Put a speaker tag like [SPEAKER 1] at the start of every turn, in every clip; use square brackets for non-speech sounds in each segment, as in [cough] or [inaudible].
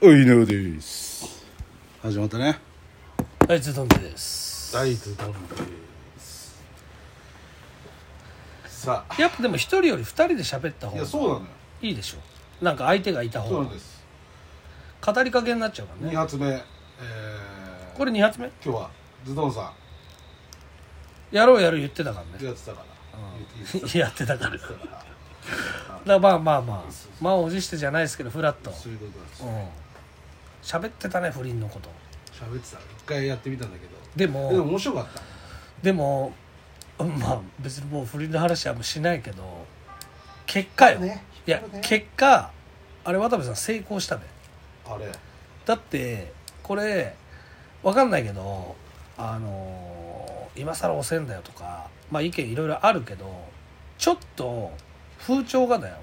[SPEAKER 1] おいのです
[SPEAKER 2] 始まったね
[SPEAKER 3] はい、ズドンです。
[SPEAKER 2] 大豆ダンですさあ
[SPEAKER 3] やっぱでも一人より二人で喋った
[SPEAKER 2] い
[SPEAKER 3] 方
[SPEAKER 2] や
[SPEAKER 3] が
[SPEAKER 2] そうなのよ
[SPEAKER 3] いいでしょ。なんか相手がいた
[SPEAKER 2] そう
[SPEAKER 3] 方
[SPEAKER 2] なん
[SPEAKER 3] が
[SPEAKER 2] です
[SPEAKER 3] 語りかけになっちゃうから
[SPEAKER 2] 2
[SPEAKER 3] ね。
[SPEAKER 2] 発目えー、
[SPEAKER 3] これ二発目
[SPEAKER 2] 今日はズドンさ
[SPEAKER 3] やろうやる言ってたから
[SPEAKER 2] ん
[SPEAKER 3] ね。
[SPEAKER 2] やってたから言っていいですか
[SPEAKER 3] やってたから。だ [laughs] からまあまあまあ、満を持してじゃないですけど、フラット。
[SPEAKER 2] そういうことなんです
[SPEAKER 3] う
[SPEAKER 2] よ
[SPEAKER 3] ん。喋ってたね、不倫のこと。
[SPEAKER 2] 喋ってた一回やってみたんだけ
[SPEAKER 3] で
[SPEAKER 2] どでも
[SPEAKER 3] も、
[SPEAKER 2] 面白かった
[SPEAKER 3] でも、うんまあ別にもう不倫の話はもうしないけど、結果よ。
[SPEAKER 2] ね
[SPEAKER 3] いや
[SPEAKER 2] 引っ張るね、
[SPEAKER 3] 結果、あれ渡部さん成功したね。
[SPEAKER 2] あれ
[SPEAKER 3] だってこれわかんないけどあのー今更遅えんだよとかまあ意見いろいろあるけどちょっと風潮がだよ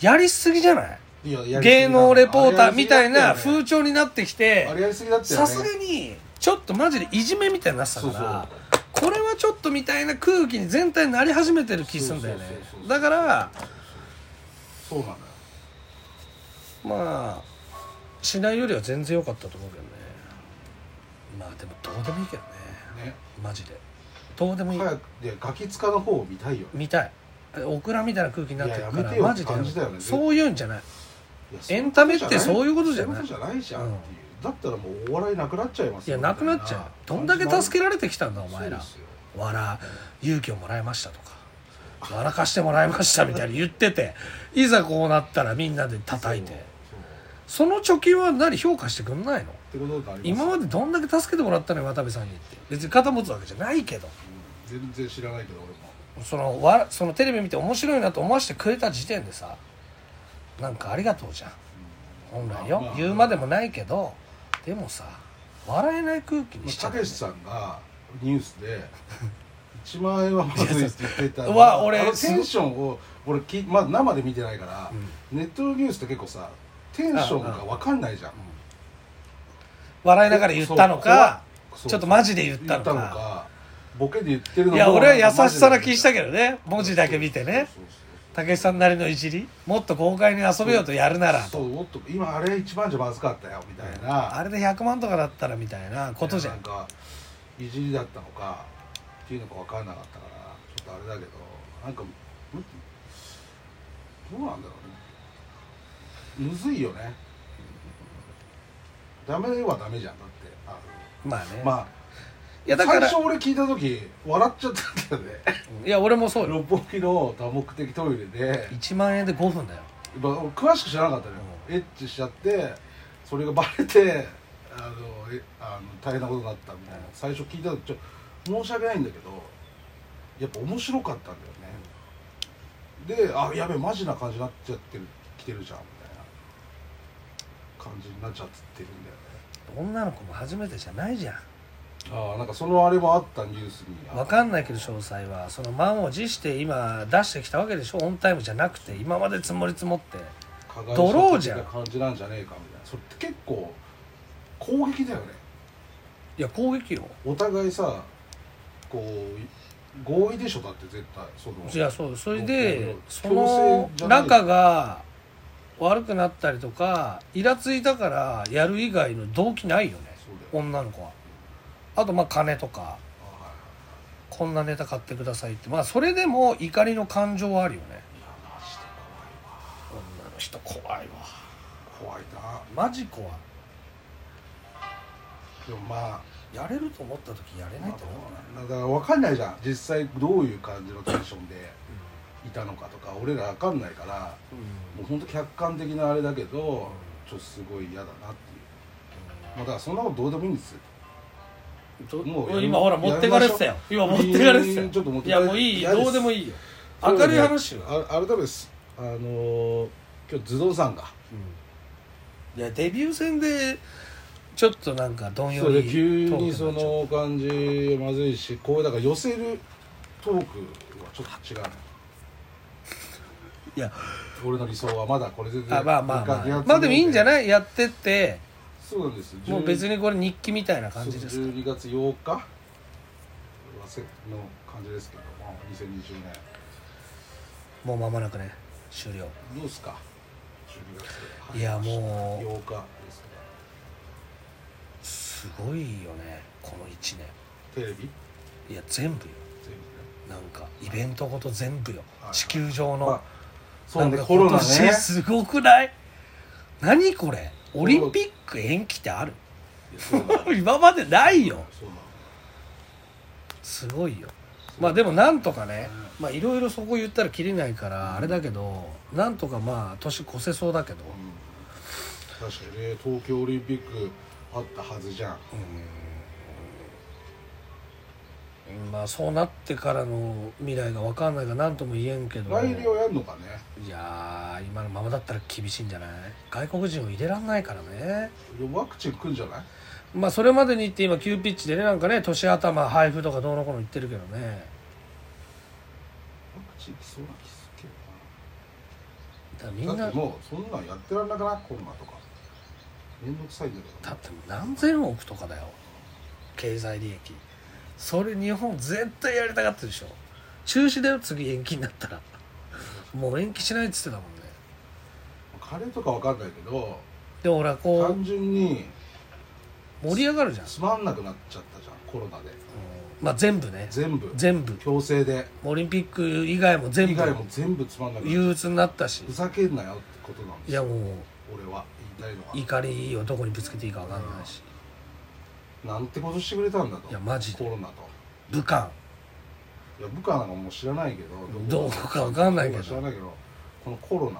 [SPEAKER 3] やりすぎじゃない
[SPEAKER 2] いややりすぎだ
[SPEAKER 3] 芸能レポーターみたい
[SPEAKER 2] あれや
[SPEAKER 3] な
[SPEAKER 2] りすぎだ
[SPEAKER 3] 風
[SPEAKER 2] っ
[SPEAKER 3] 潮になってき
[SPEAKER 2] たよねあ
[SPEAKER 3] て
[SPEAKER 2] れやりすぎだったよ
[SPEAKER 3] さ
[SPEAKER 2] ね
[SPEAKER 3] すがにちょっとマジでいじめみたいになってた
[SPEAKER 2] そうそう
[SPEAKER 3] からこれはちょっとみたいな空気に全体になり始めてる気すんだよね
[SPEAKER 2] そうそうそうそう
[SPEAKER 3] だから
[SPEAKER 2] そうなのよ
[SPEAKER 3] まあしないよりは全然良かったと思うけどねまあでもどうでもいいけどね
[SPEAKER 2] ね
[SPEAKER 3] マジでどうでもいい、
[SPEAKER 2] 早くでガキ使の方を見たいよね
[SPEAKER 3] 見たいオクラみたいな空気になってる
[SPEAKER 2] いや
[SPEAKER 3] か
[SPEAKER 2] やめ
[SPEAKER 3] ら
[SPEAKER 2] てよ
[SPEAKER 3] マジで
[SPEAKER 2] って感じだよね
[SPEAKER 3] そういうんじゃない
[SPEAKER 2] いや
[SPEAKER 3] エンタメってそういうことじゃない
[SPEAKER 2] そういうことじゃないじゃんっていう
[SPEAKER 3] うん、
[SPEAKER 2] だったらもうお笑いなくなっちゃいます
[SPEAKER 3] いやなくなっちゃうどんだけ助けられてきたんだお
[SPEAKER 2] お
[SPEAKER 3] 前ら笑勇気をもらいましたとか笑かしてもらいましたみたいに言ってていざこうなったらみんなで叩いてその貯金は何評価してくんないの
[SPEAKER 2] ってことがあります
[SPEAKER 3] 今までどんだけ助けてもらったのよ渡部さんにって別に肩持つわけじゃないけど
[SPEAKER 2] うん全然知らないけど俺も
[SPEAKER 3] そのわそのテレビ見て面白いなと思わせてくれた時点でさなんかありがとうじゃん本来
[SPEAKER 2] まあ
[SPEAKER 3] よ、
[SPEAKER 2] まあ
[SPEAKER 3] 言うまでもないけどでもさ笑えない空気にしち
[SPEAKER 2] まあ
[SPEAKER 3] ゃった
[SPEAKER 2] けしさんがニュース
[SPEAKER 3] [laughs]
[SPEAKER 2] で1万円はまずいって言ってたの
[SPEAKER 3] うわ俺
[SPEAKER 2] あのテンションを俺き、まあ、生で見てないから、ネットのニュースって結構さテンションが分かんないじゃん
[SPEAKER 3] 笑いながら言ったのか
[SPEAKER 2] そう
[SPEAKER 3] ちょっとマジで言っ
[SPEAKER 2] 言
[SPEAKER 3] た
[SPEAKER 2] っ
[SPEAKER 3] の
[SPEAKER 2] た
[SPEAKER 3] か
[SPEAKER 2] のかボケで言ってるの
[SPEAKER 3] い
[SPEAKER 2] か
[SPEAKER 3] や俺は優しさな気したけ
[SPEAKER 2] ど
[SPEAKER 3] どね文字だけ見て
[SPEAKER 2] そ
[SPEAKER 3] ね
[SPEAKER 2] うそうそう
[SPEAKER 3] たけしさんなりのいじりもっと豪快に遊べよとやるなら
[SPEAKER 2] そうもっと今あれ一番じゃまずかったよみたいな
[SPEAKER 3] あれで100万とかだったらみたいなことじゃ
[SPEAKER 2] なんんかいじりだったのかっていうのか分からなかったからちょっとあれだけどなんかむどうなんだろうねむずいよねダメはダメじゃんだってあ
[SPEAKER 3] まあね、
[SPEAKER 2] のまあ
[SPEAKER 3] いやだから
[SPEAKER 2] 最初俺聞いた時笑っちゃったんだよね
[SPEAKER 3] いや俺もそうよ
[SPEAKER 2] 六本木の多目的トイレで、
[SPEAKER 3] 1万円で5分だよ
[SPEAKER 2] まあ、俺詳しく知らなかったのよ、エッチしちゃってそれがバレてあのえあの大変なことになったみたいな、最初聞いた時ちょ申し訳ないんだけどやっぱ面白かったんだよね、であやべえマジな感じになっちゃってる来てるじゃんみたいな感じになっちゃってるんだ
[SPEAKER 3] 女の子も初めてじゃないじゃん
[SPEAKER 2] よねああなんかそのあれもあったニュースにあ
[SPEAKER 3] わかんないけど詳細はその満を持して今出してきたわけでしょオンタイムじゃなくて今まで積もり積もって
[SPEAKER 2] 加害者
[SPEAKER 3] ドローじゃん
[SPEAKER 2] 的な感じなんじゃねえかみたいなそれって結構攻撃だよね
[SPEAKER 3] いや攻撃よ
[SPEAKER 2] お互いさこう合意でしょだって絶対その
[SPEAKER 3] いやそうそれ
[SPEAKER 2] いやいや
[SPEAKER 3] でそ
[SPEAKER 2] 強
[SPEAKER 3] の
[SPEAKER 2] 制じゃない
[SPEAKER 3] 仲が悪くなったりとかイラついたからやる以外の動機ないよね
[SPEAKER 2] そうだよ
[SPEAKER 3] 女の子はあとまあ金とか
[SPEAKER 2] あは
[SPEAKER 3] こんなネタ買ってくださいってまあそれでも怒りの感情はあるよね
[SPEAKER 2] いいやマジで
[SPEAKER 3] 女の人怖いわ
[SPEAKER 2] 怖いわ怖いな
[SPEAKER 3] マジ怖い
[SPEAKER 2] でもま
[SPEAKER 3] やれると思った時やれ
[SPEAKER 2] あ
[SPEAKER 3] ないって思う
[SPEAKER 2] だ
[SPEAKER 3] ね
[SPEAKER 2] から分かんないじゃん実際どういう感じのテンションでいたのかとか俺ら分かんないからもう本当客観的なあれだけどちょっとすごい嫌だなっていうまあだからそんなことどうでもいいんですよ
[SPEAKER 3] ど
[SPEAKER 2] もう
[SPEAKER 3] も
[SPEAKER 2] や
[SPEAKER 3] う
[SPEAKER 2] り
[SPEAKER 3] 今ほら持ってかれてたよ今持ってかれてた
[SPEAKER 2] い
[SPEAKER 3] よ
[SPEAKER 2] いちょっと持っ
[SPEAKER 3] い
[SPEAKER 2] てか
[SPEAKER 3] や
[SPEAKER 2] れ
[SPEAKER 3] もういい
[SPEAKER 2] 嫌です
[SPEAKER 3] どうでもいいよ明るい話よ、
[SPEAKER 2] あ改めですあのー今日ズドンさんが
[SPEAKER 3] いやデビュー戦でちょっとなんかどん
[SPEAKER 2] そ
[SPEAKER 3] よ
[SPEAKER 2] れ
[SPEAKER 3] り
[SPEAKER 2] で急
[SPEAKER 3] トーク
[SPEAKER 2] に
[SPEAKER 3] なっちゃ
[SPEAKER 2] そ
[SPEAKER 3] った
[SPEAKER 2] の感じまずいしこうだから寄せるトークはちょっと違うね
[SPEAKER 3] いや
[SPEAKER 2] 俺の理想はまだこれ全然
[SPEAKER 3] あまあまあま
[SPEAKER 2] やっ
[SPEAKER 3] あ
[SPEAKER 2] て
[SPEAKER 3] まあでもいいんじゃ
[SPEAKER 2] い
[SPEAKER 3] ないやってって
[SPEAKER 2] そうなんです
[SPEAKER 3] もう別
[SPEAKER 2] に
[SPEAKER 3] にこれ日記みたいな感じですか
[SPEAKER 2] 12月8日はせの感じですけど、まあ、2020年
[SPEAKER 3] もう間もなくね終了
[SPEAKER 2] どうっすか12月
[SPEAKER 3] いやもう
[SPEAKER 2] 8日ですね
[SPEAKER 3] すごいよねこの1年
[SPEAKER 2] テレビ
[SPEAKER 3] いや全部よ
[SPEAKER 2] 全部ね
[SPEAKER 3] なんかイベントごと全部よ
[SPEAKER 2] はい
[SPEAKER 3] 地球上の、
[SPEAKER 2] まあそうね
[SPEAKER 3] なんか
[SPEAKER 2] コロナね
[SPEAKER 3] [laughs] 今年すごくない何これオリンピック延期ってある
[SPEAKER 2] いやそうなの [laughs] そう
[SPEAKER 3] 今までないよ
[SPEAKER 2] なの
[SPEAKER 3] すごいよまあでもなんとかねまあいろいろそこ言ったらきりないか
[SPEAKER 2] うん
[SPEAKER 3] らあれだけどなんとかまあ年越せそうだけど
[SPEAKER 2] うん確かにね東京オリンピックあったはずじゃん
[SPEAKER 3] うんまあそうなってからの未来が分かんないが何とも言えんけど
[SPEAKER 2] 来年はやるのかね
[SPEAKER 3] いやー今のままだったら厳しいんじゃない外国人を入れらんないからね
[SPEAKER 2] ワクチン来るんじゃない
[SPEAKER 3] まあそれまでにって今急ピッチでねなんかね年頭配布とかどうのこうの言ってるけどね
[SPEAKER 2] ワクチン来そうな気すっけ
[SPEAKER 3] だからみ
[SPEAKER 2] ど
[SPEAKER 3] ん
[SPEAKER 2] なだっ
[SPEAKER 3] な
[SPEAKER 2] て
[SPEAKER 3] だ
[SPEAKER 2] もうそんなんやってらんなくないコロナとか面倒くさいんだけど
[SPEAKER 3] ってもう何千億とかだよ経済利益それ日本絶対やりたかったでしょ中止だよ次延期になったらもう延期しないっつってたもんね
[SPEAKER 2] カレーとかわかんないけど
[SPEAKER 3] でもほらこ
[SPEAKER 2] 単純に
[SPEAKER 3] う盛り上がるじゃん、うん
[SPEAKER 2] つまんなくなっちゃったじゃんコロナで
[SPEAKER 3] まあ全部ね
[SPEAKER 2] 全部
[SPEAKER 3] 全部
[SPEAKER 2] 強制で
[SPEAKER 3] オリンピック以外も全
[SPEAKER 2] 以
[SPEAKER 3] 部
[SPEAKER 2] 外も全部つまんなくなっちゃっ
[SPEAKER 3] 憂鬱になったした
[SPEAKER 2] ふざけんなよってことなんで
[SPEAKER 3] い
[SPEAKER 2] す
[SPEAKER 3] や
[SPEAKER 2] よ
[SPEAKER 3] もう
[SPEAKER 2] 俺は言いたいのは
[SPEAKER 3] 怒りをどこにぶつけていいか分かんないし
[SPEAKER 2] なんてことしてくれたんだと
[SPEAKER 3] いやマジで
[SPEAKER 2] コロナと
[SPEAKER 3] 武漢
[SPEAKER 2] いや部下なんかもう知らないけど
[SPEAKER 3] どこかわかんないけど
[SPEAKER 2] こ知らないけどこのコロナね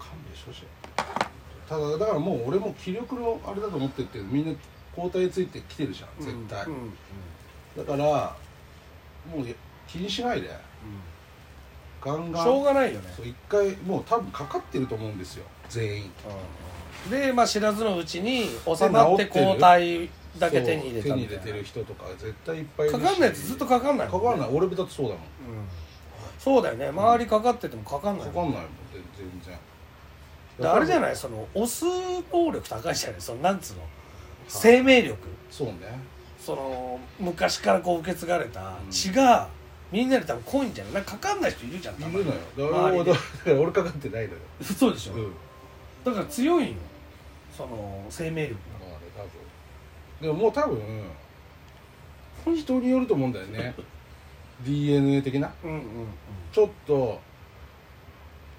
[SPEAKER 2] 勘弁してほしいただだからもう俺も気力のあれだと思ってるけどみんな抗体ついてきてるじゃん絶対、
[SPEAKER 3] うんうん
[SPEAKER 2] だからもう気にしないでガン
[SPEAKER 3] うん
[SPEAKER 2] ガン
[SPEAKER 3] しょうがないよね
[SPEAKER 2] そう一回もう多分かかってると思うんですよ全員
[SPEAKER 3] でまあ知らずのうちに収まって抗体だけ手に入れ
[SPEAKER 2] そ
[SPEAKER 3] た
[SPEAKER 2] う手に入
[SPEAKER 3] みた
[SPEAKER 2] れ
[SPEAKER 3] い
[SPEAKER 2] てる
[SPEAKER 3] な
[SPEAKER 2] 人とか絶対いっぱいいるし
[SPEAKER 3] かかんないやつずっとかかんない
[SPEAKER 2] か
[SPEAKER 3] もんね
[SPEAKER 2] かんない俺だってそうだもん
[SPEAKER 3] うんそうだよね周りかかっててもかかんない
[SPEAKER 2] か
[SPEAKER 3] も
[SPEAKER 2] か
[SPEAKER 3] ん
[SPEAKER 2] んないもん全然
[SPEAKER 3] であれじゃないその押す能力高いじゃないそのなんつうの生命力
[SPEAKER 2] そうね
[SPEAKER 3] その昔からこう受け継がれた
[SPEAKER 2] うん
[SPEAKER 3] 血がみんなで多分濃いんじゃないなんかかかんない人いるじゃん
[SPEAKER 2] い
[SPEAKER 3] た
[SPEAKER 2] る
[SPEAKER 3] まに
[SPEAKER 2] のよだから俺
[SPEAKER 3] 周りで
[SPEAKER 2] だから俺かかってないのよ
[SPEAKER 3] そうでし
[SPEAKER 2] う
[SPEAKER 3] ょ、
[SPEAKER 2] ん
[SPEAKER 3] だから強いんよその生命力
[SPEAKER 2] まあね多分でももう多分人によると思うんだよね DNA 的な
[SPEAKER 3] うんうんうん
[SPEAKER 2] ちょっと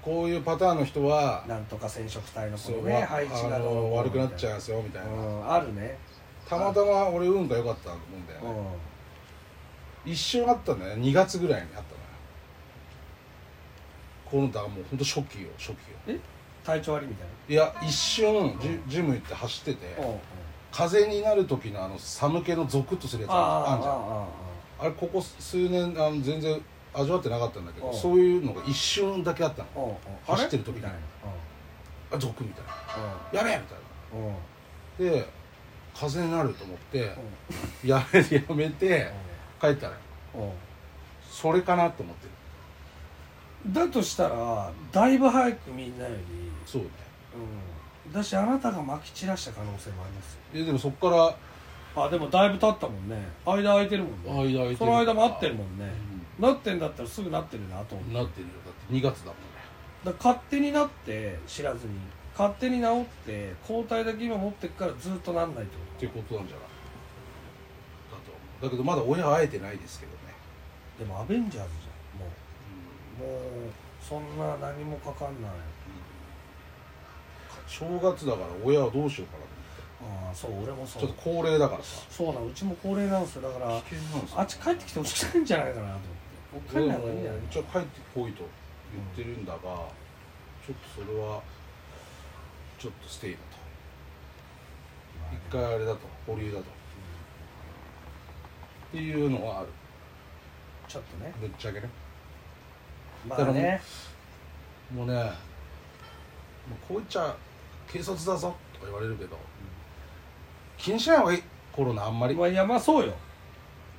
[SPEAKER 2] こういうパターンの人は
[SPEAKER 3] なんとか染色体のこ
[SPEAKER 2] そ
[SPEAKER 3] の
[SPEAKER 2] う、
[SPEAKER 3] ね
[SPEAKER 2] わ
[SPEAKER 3] 配置が
[SPEAKER 2] あ
[SPEAKER 3] どう
[SPEAKER 2] の
[SPEAKER 3] こう
[SPEAKER 2] 悪くなっちゃ
[SPEAKER 3] み
[SPEAKER 2] うんですよみた
[SPEAKER 3] た
[SPEAKER 2] い
[SPEAKER 3] いな
[SPEAKER 2] な、
[SPEAKER 3] うんあるね
[SPEAKER 2] たまたま俺運が良かったと思うんだよ
[SPEAKER 3] う
[SPEAKER 2] ね、
[SPEAKER 3] ん
[SPEAKER 2] 一瞬あったんだよね2月ぐらいにあったのよこのだからもうほんと初期よ初期よ
[SPEAKER 3] 体調悪いみたい
[SPEAKER 2] いや一瞬ジジム行って走ってて、
[SPEAKER 3] なうんうん
[SPEAKER 2] 風邪になる時のあの寒気のゾクッとするやつ
[SPEAKER 3] ああ
[SPEAKER 2] あ
[SPEAKER 3] あ
[SPEAKER 2] んじゃんあ
[SPEAKER 3] ああ
[SPEAKER 2] れここ数年あの全然味わってなかったんだけど、
[SPEAKER 3] うん
[SPEAKER 2] そういうのが一瞬だけあったの
[SPEAKER 3] あうんうん
[SPEAKER 2] 走ってる時
[SPEAKER 3] み
[SPEAKER 2] に
[SPEAKER 3] たいな
[SPEAKER 2] あゾクみたい
[SPEAKER 3] うん
[SPEAKER 2] なやべえみたいな
[SPEAKER 3] うんうん
[SPEAKER 2] で風邪になると思って、やめやめて帰ったら
[SPEAKER 3] うんうん
[SPEAKER 2] それかなと思ってる
[SPEAKER 3] だとしたらだいぶ早くみんなより、
[SPEAKER 2] そうね
[SPEAKER 3] うん、だしあなたが撒き散らした可能性もありますよ
[SPEAKER 2] ででもそっから
[SPEAKER 3] あでもだいぶ経ったもんね間空いてるもんね
[SPEAKER 2] 間空いてる
[SPEAKER 3] その間も合ってるもんね
[SPEAKER 2] う
[SPEAKER 3] なってんだったらすぐなってるなと思うんだ
[SPEAKER 2] なってるよだって2月だもんね
[SPEAKER 3] から勝手になって知らずに勝手に治って抗体だけ今持ってっからずっとなんないってこ
[SPEAKER 2] っていうことなんじゃないだと思うだけどまだ親会えてないですけどね、
[SPEAKER 3] とでもアベンジャーズじゃんもうもうそんな何もかかんない
[SPEAKER 2] 正月だから親はどうしようかな
[SPEAKER 3] ああそう俺もそ
[SPEAKER 2] と思
[SPEAKER 3] う
[SPEAKER 2] ってちょっと高齢だからさ
[SPEAKER 3] そうなんうちも高齢なんですよだから
[SPEAKER 2] 危険なんですよ
[SPEAKER 3] あっち帰ってきてほしくないんじゃないかなと思って帰んない方がいいんじゃない
[SPEAKER 2] ちょっと帰ってこいと言ってるんだが、ちょっとそれはちょっとステイだと一回あれだと保留だとっていうのはある
[SPEAKER 3] ちょっとね
[SPEAKER 2] ぶっちゃけね
[SPEAKER 3] まあね
[SPEAKER 2] もうねもうこう言っちゃ軽率だぞとか言われるけど、気にしない方がいいコロナあんまり
[SPEAKER 3] ま
[SPEAKER 2] も
[SPEAKER 3] あいやまあそうよ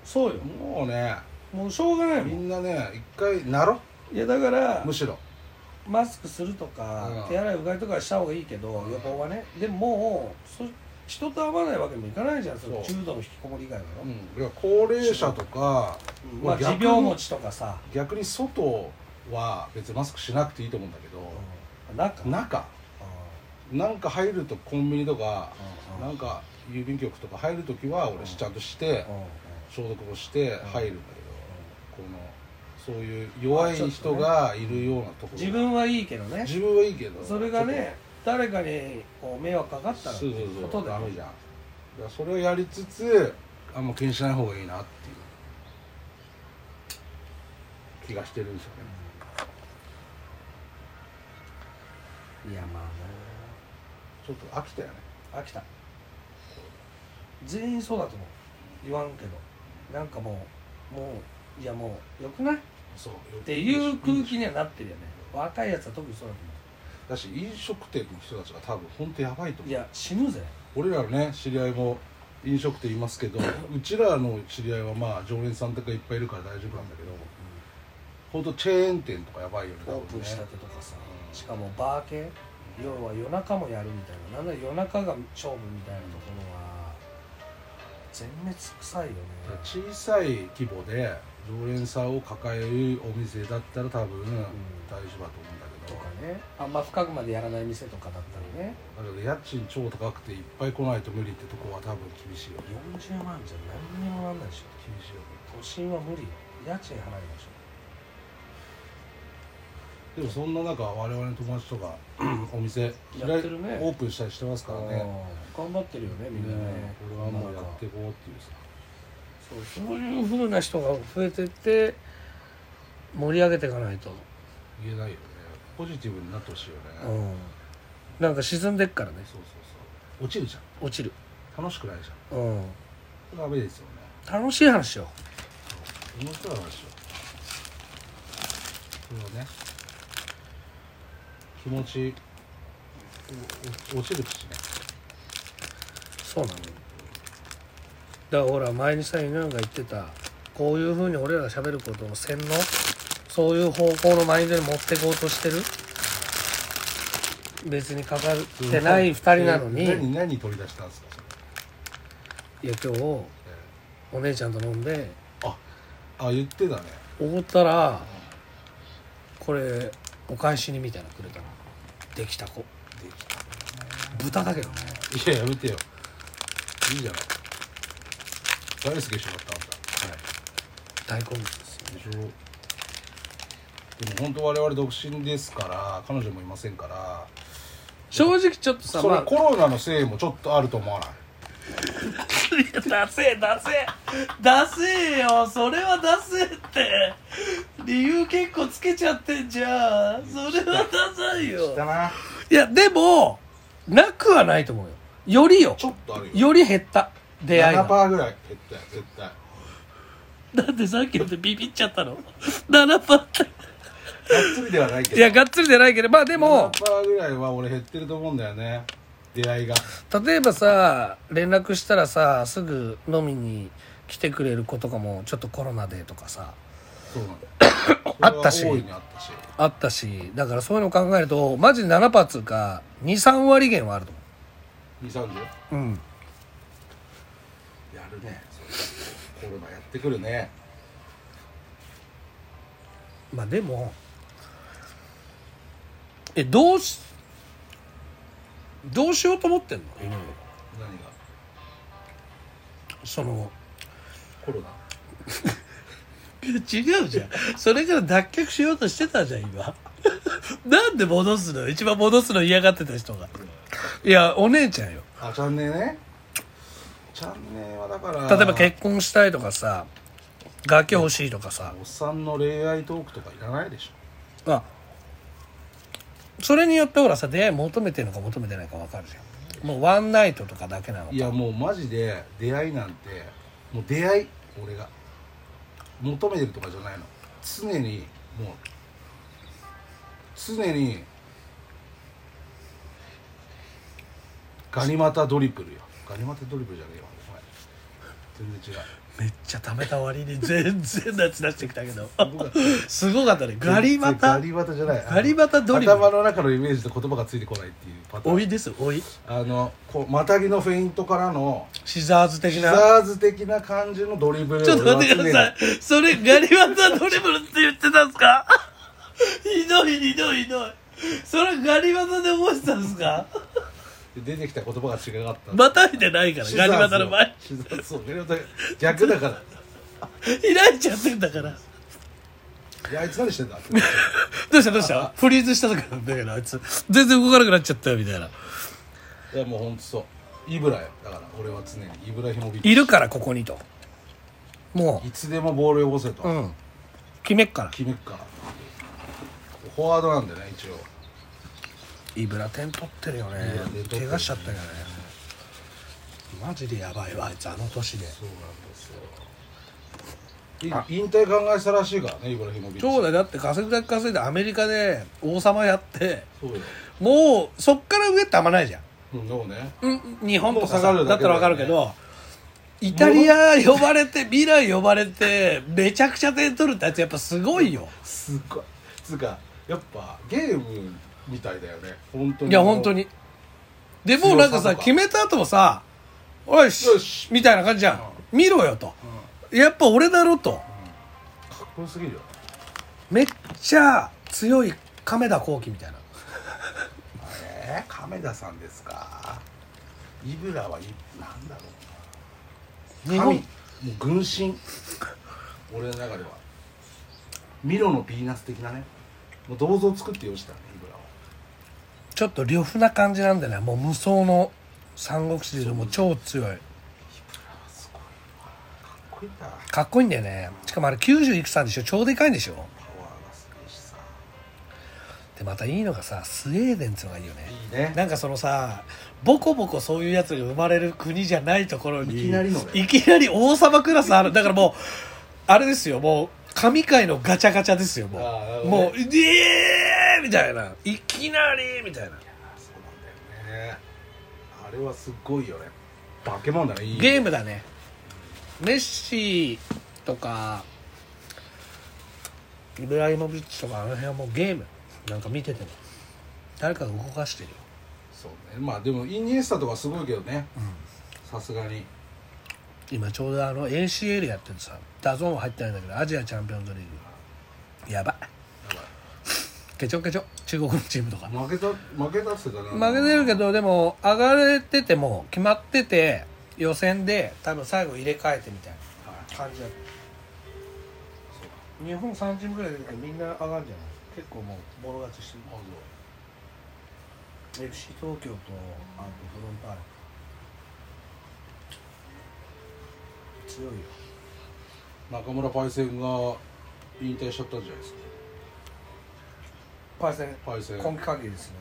[SPEAKER 3] そうよ
[SPEAKER 2] うね
[SPEAKER 3] もうしょうがない
[SPEAKER 2] み
[SPEAKER 3] もん
[SPEAKER 2] んなね一回なろ
[SPEAKER 3] いやだから
[SPEAKER 2] むしろ
[SPEAKER 3] マスクするとか、
[SPEAKER 2] うん
[SPEAKER 3] 手洗いうがいとかはした方がいいけど、
[SPEAKER 2] うん
[SPEAKER 3] 予防はねでももうそ人と会わないわけにもいかないじゃんその
[SPEAKER 2] そう
[SPEAKER 3] 重度の引きこもり以外はよ、
[SPEAKER 2] うんいや高齢者とか
[SPEAKER 3] まあ
[SPEAKER 2] 逆に
[SPEAKER 3] 持病持ちとかさ
[SPEAKER 2] 逆に外をは別にマスクしなくていいと思うんだけど、
[SPEAKER 3] うんなんかうん
[SPEAKER 2] 中なんか入るとコンビニとか、
[SPEAKER 3] うん
[SPEAKER 2] なんか郵便局とか入るときは
[SPEAKER 3] う
[SPEAKER 2] 俺
[SPEAKER 3] ん
[SPEAKER 2] ちゃんとして、
[SPEAKER 3] うんうん
[SPEAKER 2] 消毒をして入るんだけど、このそういう弱い
[SPEAKER 3] あちょっとね
[SPEAKER 2] 人がいるようなところ
[SPEAKER 3] 自分はいいけどね
[SPEAKER 2] 自分はいいけど
[SPEAKER 3] それがね誰かにこう迷惑かかっ
[SPEAKER 2] ちょ
[SPEAKER 3] た
[SPEAKER 2] っと
[SPEAKER 3] らっ
[SPEAKER 2] そ
[SPEAKER 3] て
[SPEAKER 2] う
[SPEAKER 3] いう
[SPEAKER 2] そう
[SPEAKER 3] こ
[SPEAKER 2] そう
[SPEAKER 3] とで
[SPEAKER 2] ダメじゃんだからそれをやりつつあんま気にしない方がいいなっていう気がしてるんですよね
[SPEAKER 3] いやま
[SPEAKER 2] ちょっと飽きたよね
[SPEAKER 3] あね飽きた全員そうだと思う言わんけどなんかもうもういやもうよくないっ
[SPEAKER 2] そう
[SPEAKER 3] ていう空気にはなってるよね若いやつは特にそうだと思
[SPEAKER 2] だし飲食店の人たちが多分本当やばいと
[SPEAKER 3] うい
[SPEAKER 2] 思う
[SPEAKER 3] や死ぬぜ
[SPEAKER 2] 俺らのね知り合いも飲食店いますけどうちらの知り合いはまあ常連さんとかいっぱいいるから大丈夫なんだけど本当チェーン店とかやばいよね
[SPEAKER 3] オープンした
[SPEAKER 2] 多
[SPEAKER 3] てとかさ
[SPEAKER 2] うん
[SPEAKER 3] しかもバー系要は夜中もやるみたいななんなら夜中が勝負みたいなところは全滅臭いよね
[SPEAKER 2] 分ね小さい規模で常連さんを抱えるお店だったら多分大丈夫だと思うんだけ
[SPEAKER 3] と
[SPEAKER 2] ど
[SPEAKER 3] かねあんま深くまでやらない店とかだったらね
[SPEAKER 2] だけど家賃超高くていっぱい来ないと無理ってとこは多分厳しいよね
[SPEAKER 3] 40万じゃ何にもなんないでしょ
[SPEAKER 2] 厳しいよね
[SPEAKER 3] 都心は無理よ家賃払いましょ
[SPEAKER 2] でもそんな中我々の友達とかお店
[SPEAKER 3] やってるね
[SPEAKER 2] オープンしたりしてますからね
[SPEAKER 3] 頑張ってるよねみんなね
[SPEAKER 2] これはもうや
[SPEAKER 3] なんか
[SPEAKER 2] っていこうっていうさ
[SPEAKER 3] そうそういうふうな人が増えてって盛り上げていかないと
[SPEAKER 2] 言えないよねポジティブになってほしいよね、
[SPEAKER 3] うんなんか沈んでっからね
[SPEAKER 2] そうそうそう落ちるじゃ
[SPEAKER 3] 落ちる
[SPEAKER 2] ん楽しくないじゃん
[SPEAKER 3] うん
[SPEAKER 2] これダメですよね
[SPEAKER 3] 楽しい話よ
[SPEAKER 2] 面白い話をそれをね気持ちおお落ちる口ね
[SPEAKER 3] そうなのよだからほら前にさ犬が言ってたこういうふうに俺らが喋ることの洗脳そういう方向のマインドに持ってこうとしてる別にかかってない2人なのにい
[SPEAKER 2] え
[SPEAKER 3] や
[SPEAKER 2] 何何取り出したんですかそれ
[SPEAKER 3] 今日お姉ちゃんと飲んで
[SPEAKER 2] あ言ってたね
[SPEAKER 3] おごったらこれお返しにみたいなのくれたのできた子
[SPEAKER 2] できた
[SPEAKER 3] 豚だけどね
[SPEAKER 2] いややめてよいいじゃない大好きでしょだってあんたはい
[SPEAKER 3] 大根ですよ
[SPEAKER 2] でしょでも本当我々独身ですから彼女もいませんから
[SPEAKER 3] 正直ちょっとさ
[SPEAKER 2] そ
[SPEAKER 3] ま
[SPEAKER 2] れ
[SPEAKER 3] あ
[SPEAKER 2] コロナのせいもちょっとあると思わない
[SPEAKER 3] いやダセえダセえダセえよそれはダセえって理由結構つけちゃってんじゃんそれはダサいよ
[SPEAKER 2] ない
[SPEAKER 3] やでもなくはないと思うよよりよ
[SPEAKER 2] ちょっとあるよ
[SPEAKER 3] より減った出会いが
[SPEAKER 2] 7%ぐらい減ったよ絶対
[SPEAKER 3] だってさっきのでビビっちゃったの7パーって
[SPEAKER 2] がっつりではないけど
[SPEAKER 3] いやがっつりじゃないけどまあでも
[SPEAKER 2] 7%ぐらいは俺減ってると思うんだよね出会いが
[SPEAKER 3] 例えばさ連絡したらさすぐ飲みに来てくれる子とかもちょっとコロナでとかさ
[SPEAKER 2] そうなんだよ
[SPEAKER 3] あったし
[SPEAKER 2] それは大い [coughs] にあったし
[SPEAKER 3] あったしだからそういうのを考えるとマジで7発か23割減はあると
[SPEAKER 2] 230
[SPEAKER 3] 思ううん
[SPEAKER 2] やるねそれコロナやってくるね
[SPEAKER 3] まあでもえどうしどうしようと思ってんの
[SPEAKER 2] 何が
[SPEAKER 3] その
[SPEAKER 2] コロナ
[SPEAKER 3] 違うじゃんそれから脱却しようとしてたじゃん今 [laughs] なんで戻すの一番戻すの嫌がってた人がいやお姉ちゃんよ
[SPEAKER 2] あチャンネルねチャンネルはだから
[SPEAKER 3] 例えば結婚したいとかさ楽器欲しいとかさ
[SPEAKER 2] おっさんの恋愛トークとかいらないでし
[SPEAKER 3] あそれによってほらさ出会い求めてるのか求めてないか分かるじゃんもうワンナイトとかだけなの
[SPEAKER 2] ょいやもうマジで出会いなんてもう出会い俺が求めてるとかじゃないの常にもう常にガニ股ドリブルよガニ股ドリブルじゃねえよお前全然違う
[SPEAKER 3] めっちゃ貯めた割に [laughs] 全然夏出してきたけ
[SPEAKER 2] [laughs]
[SPEAKER 3] ど
[SPEAKER 2] 僕は
[SPEAKER 3] すごかったねガリ
[SPEAKER 2] ガ
[SPEAKER 3] 股
[SPEAKER 2] リ股じゃない
[SPEAKER 3] ガリ股ドリブル
[SPEAKER 2] 頭の中のイメージと言葉がついてこないっていうパターン
[SPEAKER 3] 老いです老い
[SPEAKER 2] あのこうまたぎのフェイントからの
[SPEAKER 3] シザーズ的
[SPEAKER 2] シ
[SPEAKER 3] な
[SPEAKER 2] ザーズ的な感じのドリブル
[SPEAKER 3] ちょっと待ってくださいそれガリ股ドリブルって言ってたんですかひどいひどいひどいそれガリ技で覚えてたんですか
[SPEAKER 2] 出てきた言葉が違かった
[SPEAKER 3] またいでないから
[SPEAKER 2] シ
[SPEAKER 3] ガ
[SPEAKER 2] ザ
[SPEAKER 3] リ
[SPEAKER 2] ーズ
[SPEAKER 3] 技の前
[SPEAKER 2] シザーズをガリバタ逆だから
[SPEAKER 3] 開いちゃってんだから
[SPEAKER 2] いやあいつ何してんだってなっちゃ
[SPEAKER 3] どうしたどうしたフリーズした時なんだけどあいつ全然動かなくなっちゃったよみたいな
[SPEAKER 2] ういやもうほんとそうイブラよだから俺は常にイブラヒモビッチ
[SPEAKER 3] いるからここにとも
[SPEAKER 2] いつでもボールよこせと、
[SPEAKER 3] ううん決めっから
[SPEAKER 2] 決めっからフォワードなんでね一応
[SPEAKER 3] イブラ点取ってるよね
[SPEAKER 2] ブラ点取ってる
[SPEAKER 3] 怪我しちゃったよねマジでやばいわあいつあの年で
[SPEAKER 2] そうなんですよ引退考えてたらしいからねイブラヒモビッチ
[SPEAKER 3] そうだよだって稼ぐだけ稼いでアメリカで王様やって
[SPEAKER 2] そうよ
[SPEAKER 3] もうそっから上ってあんまないじゃん
[SPEAKER 2] うんそうね
[SPEAKER 3] うん日本とか
[SPEAKER 2] もう下
[SPEAKER 3] さ
[SPEAKER 2] が
[SPEAKER 3] だ
[SPEAKER 2] るだ
[SPEAKER 3] っ
[SPEAKER 2] け
[SPEAKER 3] た
[SPEAKER 2] だ
[SPEAKER 3] ら
[SPEAKER 2] よね
[SPEAKER 3] 分かるけどイタリア呼ばれてミラン呼ばれてめちゃくちゃ点取るってやつやっぱすごいよ
[SPEAKER 2] すっごいつうかやっぱゲームみたいだよね本当に
[SPEAKER 3] いや本当にでもうなんか
[SPEAKER 2] 強さ
[SPEAKER 3] さ
[SPEAKER 2] とか
[SPEAKER 3] 決めた後もさ「おい
[SPEAKER 2] よ
[SPEAKER 3] し
[SPEAKER 2] し」
[SPEAKER 3] みたいな感じじゃん見ろよとやっぱ俺だろと
[SPEAKER 2] かっこよすぎるよ
[SPEAKER 3] めっちゃ強い亀田光輝みたいな
[SPEAKER 2] えー、亀田さんですかイブラはいなんだろう神
[SPEAKER 3] 日
[SPEAKER 2] もう
[SPEAKER 3] 本
[SPEAKER 2] 軍神俺の中ではミロのヴィーナス的なねもう銅像作ってよしたねイブラは
[SPEAKER 3] ちょっと呂布な感じなんだよねもう無双の三国志でもう超強い
[SPEAKER 2] すごいわかっこいいんだ
[SPEAKER 3] かっこいいんだよねしかもあれ90いくつなんでしょ超でかいんでしょ
[SPEAKER 2] パワーがすごいしさ
[SPEAKER 3] でまたいいのがさスウェーデンっていうのがいいよね
[SPEAKER 2] いいね
[SPEAKER 3] なんかそのさボコボコそういうやつが生まれる国じゃないところに
[SPEAKER 2] いきなりのね
[SPEAKER 3] いきなり王様クラスあるだからもうあれですよもう神界のガチャガチャですよもう、
[SPEAKER 2] あーなるほどね
[SPEAKER 3] もう「えー!」みたいないきなりみた
[SPEAKER 2] そうなんだ
[SPEAKER 3] いな
[SPEAKER 2] よねあれはすごいよね化け物だねいい
[SPEAKER 3] ゲームだねメッシとかイブライモビッチとかあの辺はもうゲームなんか見てても誰かが動かしてるよ
[SPEAKER 2] そうねまあでもイニエスタとかすごいけどねさすがに
[SPEAKER 3] 今ちょうどあの ACL やってるさダゾーンは入ってないんだけどアジアチャンピオンズリーグやばいケチョンケチョン中国のチームとか
[SPEAKER 2] 負けた負けたっつってたな
[SPEAKER 3] 負けてるけどでも上がれてても決まってて予選で多分最後入れ替えてみたい
[SPEAKER 2] はい
[SPEAKER 3] な感じだ日本3チームぐらい出てるけどみんな上がるんじゃない結構もうボロ勝ちして
[SPEAKER 2] あ
[SPEAKER 3] る FC 東京とあとフロンターレ強いよ
[SPEAKER 2] そう中村パイセンが引退しちゃったんじゃないですか
[SPEAKER 3] パイセン
[SPEAKER 2] パイセン
[SPEAKER 3] 今季限りですね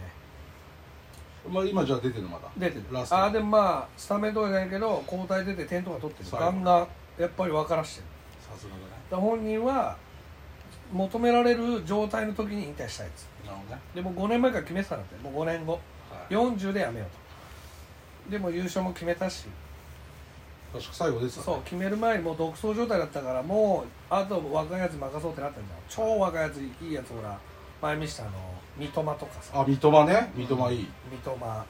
[SPEAKER 2] まあ今じゃあ出てるのまだ
[SPEAKER 3] 出てる
[SPEAKER 2] ラスト
[SPEAKER 3] あーでもまあスタメンとかじゃないけど交代出て点とか取ってる
[SPEAKER 2] 最後
[SPEAKER 3] ガンガンやっぱり分からしてる
[SPEAKER 2] さすがだね
[SPEAKER 3] だから本人は求められる状態の時に引退したいです
[SPEAKER 2] なるほどね
[SPEAKER 3] でも5年前から決めてたんだってもう5年後
[SPEAKER 2] はい
[SPEAKER 3] 40でやめようとでも優勝も決めたし
[SPEAKER 2] 確か最後出てたね
[SPEAKER 3] そう決める前にもう独走状態だったからもうあと若いやつ任そうってなったんだよ超若いやついいやつほら前見したあの三笘とかさ
[SPEAKER 2] あ三笘ね三笘いい
[SPEAKER 3] 三笘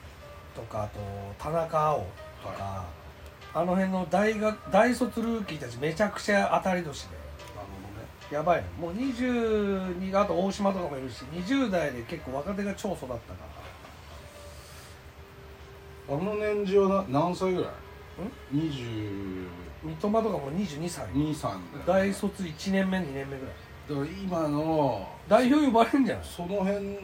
[SPEAKER 3] とかあと田中碧とか、
[SPEAKER 2] は
[SPEAKER 3] あの辺の大学大卒ルーキーたちめちゃくちゃ当たり年で
[SPEAKER 2] なるほ
[SPEAKER 3] やばいよもう22あと大島とかもいるし20代で結構若手が超育ったから
[SPEAKER 2] どねあの年次はな何歳ぐらい22
[SPEAKER 3] 三笘とかもう22歳
[SPEAKER 2] 歳
[SPEAKER 3] 大卒1年目2年目ぐらい
[SPEAKER 2] だから今の
[SPEAKER 3] 代表呼ばれるんじゃない
[SPEAKER 2] その辺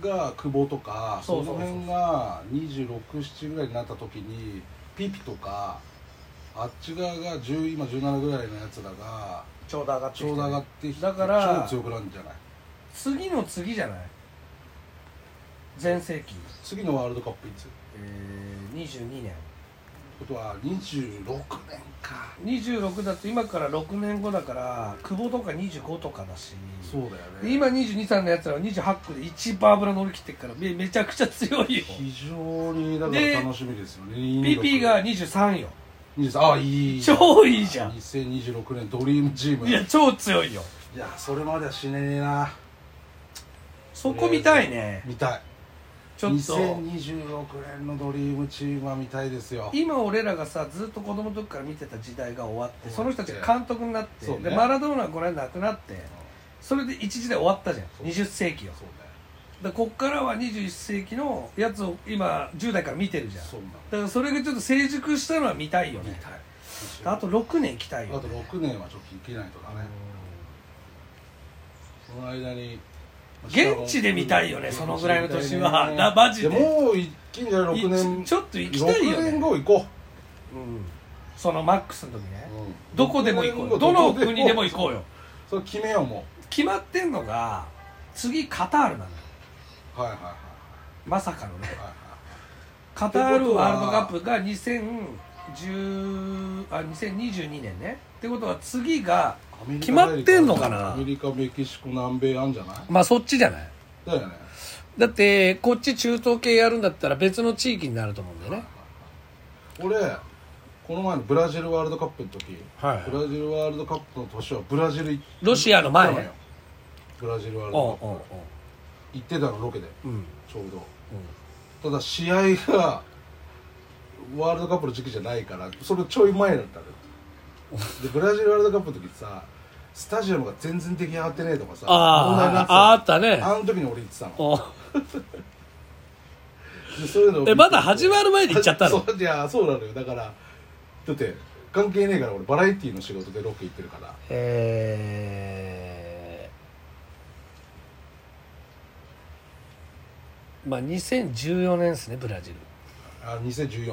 [SPEAKER 2] が久保とか
[SPEAKER 3] そ
[SPEAKER 2] そう
[SPEAKER 3] そうそう
[SPEAKER 2] の辺が267ぐらいになった時にピピとかあっち側が10今17ぐらいのやつらが
[SPEAKER 3] ちょうど上がってき
[SPEAKER 2] ち
[SPEAKER 3] て
[SPEAKER 2] ょうど上がってきて
[SPEAKER 3] だから
[SPEAKER 2] 超強くなるんじゃない
[SPEAKER 3] 次の次じゃない全盛期
[SPEAKER 2] 次のワールドカップいつ
[SPEAKER 3] えー、22年
[SPEAKER 2] ことは26年か
[SPEAKER 3] 26だって今から6年後だから久保とか25とかだし
[SPEAKER 2] そうだよね
[SPEAKER 3] 今22歳のやつらは28区で一番油乗り切ってるからめめちゃくちゃ強いよ
[SPEAKER 2] 非常にだか
[SPEAKER 3] で
[SPEAKER 2] ら楽しみですよね26
[SPEAKER 3] PP が23よ
[SPEAKER 2] 23あいい
[SPEAKER 3] 超いいじゃん
[SPEAKER 2] 2026年ドリームチーム
[SPEAKER 3] いや超強いよ
[SPEAKER 2] いやそれまでは死ねねえな
[SPEAKER 3] そこ見たいね
[SPEAKER 2] 見たい
[SPEAKER 3] ちょっと
[SPEAKER 2] 2026年のドリームチームは見たいですよ
[SPEAKER 3] 今俺らがさずっと子供の時から見てた時代が終わっ
[SPEAKER 2] 終わって
[SPEAKER 3] てその人たちが監督になって、
[SPEAKER 2] そうね
[SPEAKER 3] でマラドーナがこの間亡くなってそれで一時代終わったじゃん20世紀は
[SPEAKER 2] そうね
[SPEAKER 3] だからこっからは21世紀のやつを今10代から見てるじゃん
[SPEAKER 2] そうなの
[SPEAKER 3] だからそれがちょっと成熟したのは見たいよね
[SPEAKER 2] たい
[SPEAKER 3] あ
[SPEAKER 2] あ
[SPEAKER 3] と6年来たいよ、ね、
[SPEAKER 2] と6年はちょっと生きないとだねその間に
[SPEAKER 3] 現地で見たいよねそのぐらいの年はなマジで
[SPEAKER 2] いやもう一気にじゃない6年
[SPEAKER 3] いちょっと行きたいよ
[SPEAKER 2] 6年
[SPEAKER 3] ね、
[SPEAKER 2] 後行こ
[SPEAKER 3] うん、そのマックスの時
[SPEAKER 2] う
[SPEAKER 3] ね、、
[SPEAKER 2] うん
[SPEAKER 3] どこでも行こうよどの国でも行こうよ
[SPEAKER 2] それ決めようも
[SPEAKER 3] 決まってんのが次カタールなのよ
[SPEAKER 2] うはいはいは
[SPEAKER 3] まさかのね
[SPEAKER 2] いはいはい
[SPEAKER 3] カタールワールドカップが2010あ2022年ねってことは次が
[SPEAKER 2] アメリカ
[SPEAKER 3] 決まってんのかな
[SPEAKER 2] アメリカメキシコ南米あんじゃない
[SPEAKER 3] まあそっちじゃない
[SPEAKER 2] だよね
[SPEAKER 3] だってこっち中東系やるんだったら別の地域になると思うんだよね
[SPEAKER 2] 俺この前のブラジルワールドカップの時、
[SPEAKER 3] はい
[SPEAKER 2] ブラジルワールドカップの年はブラジル行った
[SPEAKER 3] ロシアの前
[SPEAKER 2] のよブラジルワール
[SPEAKER 3] お
[SPEAKER 2] ドカ
[SPEAKER 3] うお
[SPEAKER 2] ッ
[SPEAKER 3] う
[SPEAKER 2] プ行ってたのロケで
[SPEAKER 3] おううん
[SPEAKER 2] ちょうどただ試合がワールドカップの時期じゃないからそれちょい前だ
[SPEAKER 3] [laughs]
[SPEAKER 2] ったのよでブラジルワールドカップの時さスタジアムが全然出来上がってねえとかさ問題にな
[SPEAKER 3] あ
[SPEAKER 2] ってた
[SPEAKER 3] あ
[SPEAKER 2] の
[SPEAKER 3] あったね
[SPEAKER 2] あの時に俺言ってたの
[SPEAKER 3] お
[SPEAKER 2] でそういうのを見て
[SPEAKER 3] えまだ始まる前に行っちゃ [laughs] ったの
[SPEAKER 2] [laughs] そういやそうなのよだからだって関係ねえから俺バラエティの仕事でロケ行ってるから
[SPEAKER 3] えーまあ2014年ですねブラジル
[SPEAKER 2] あ2014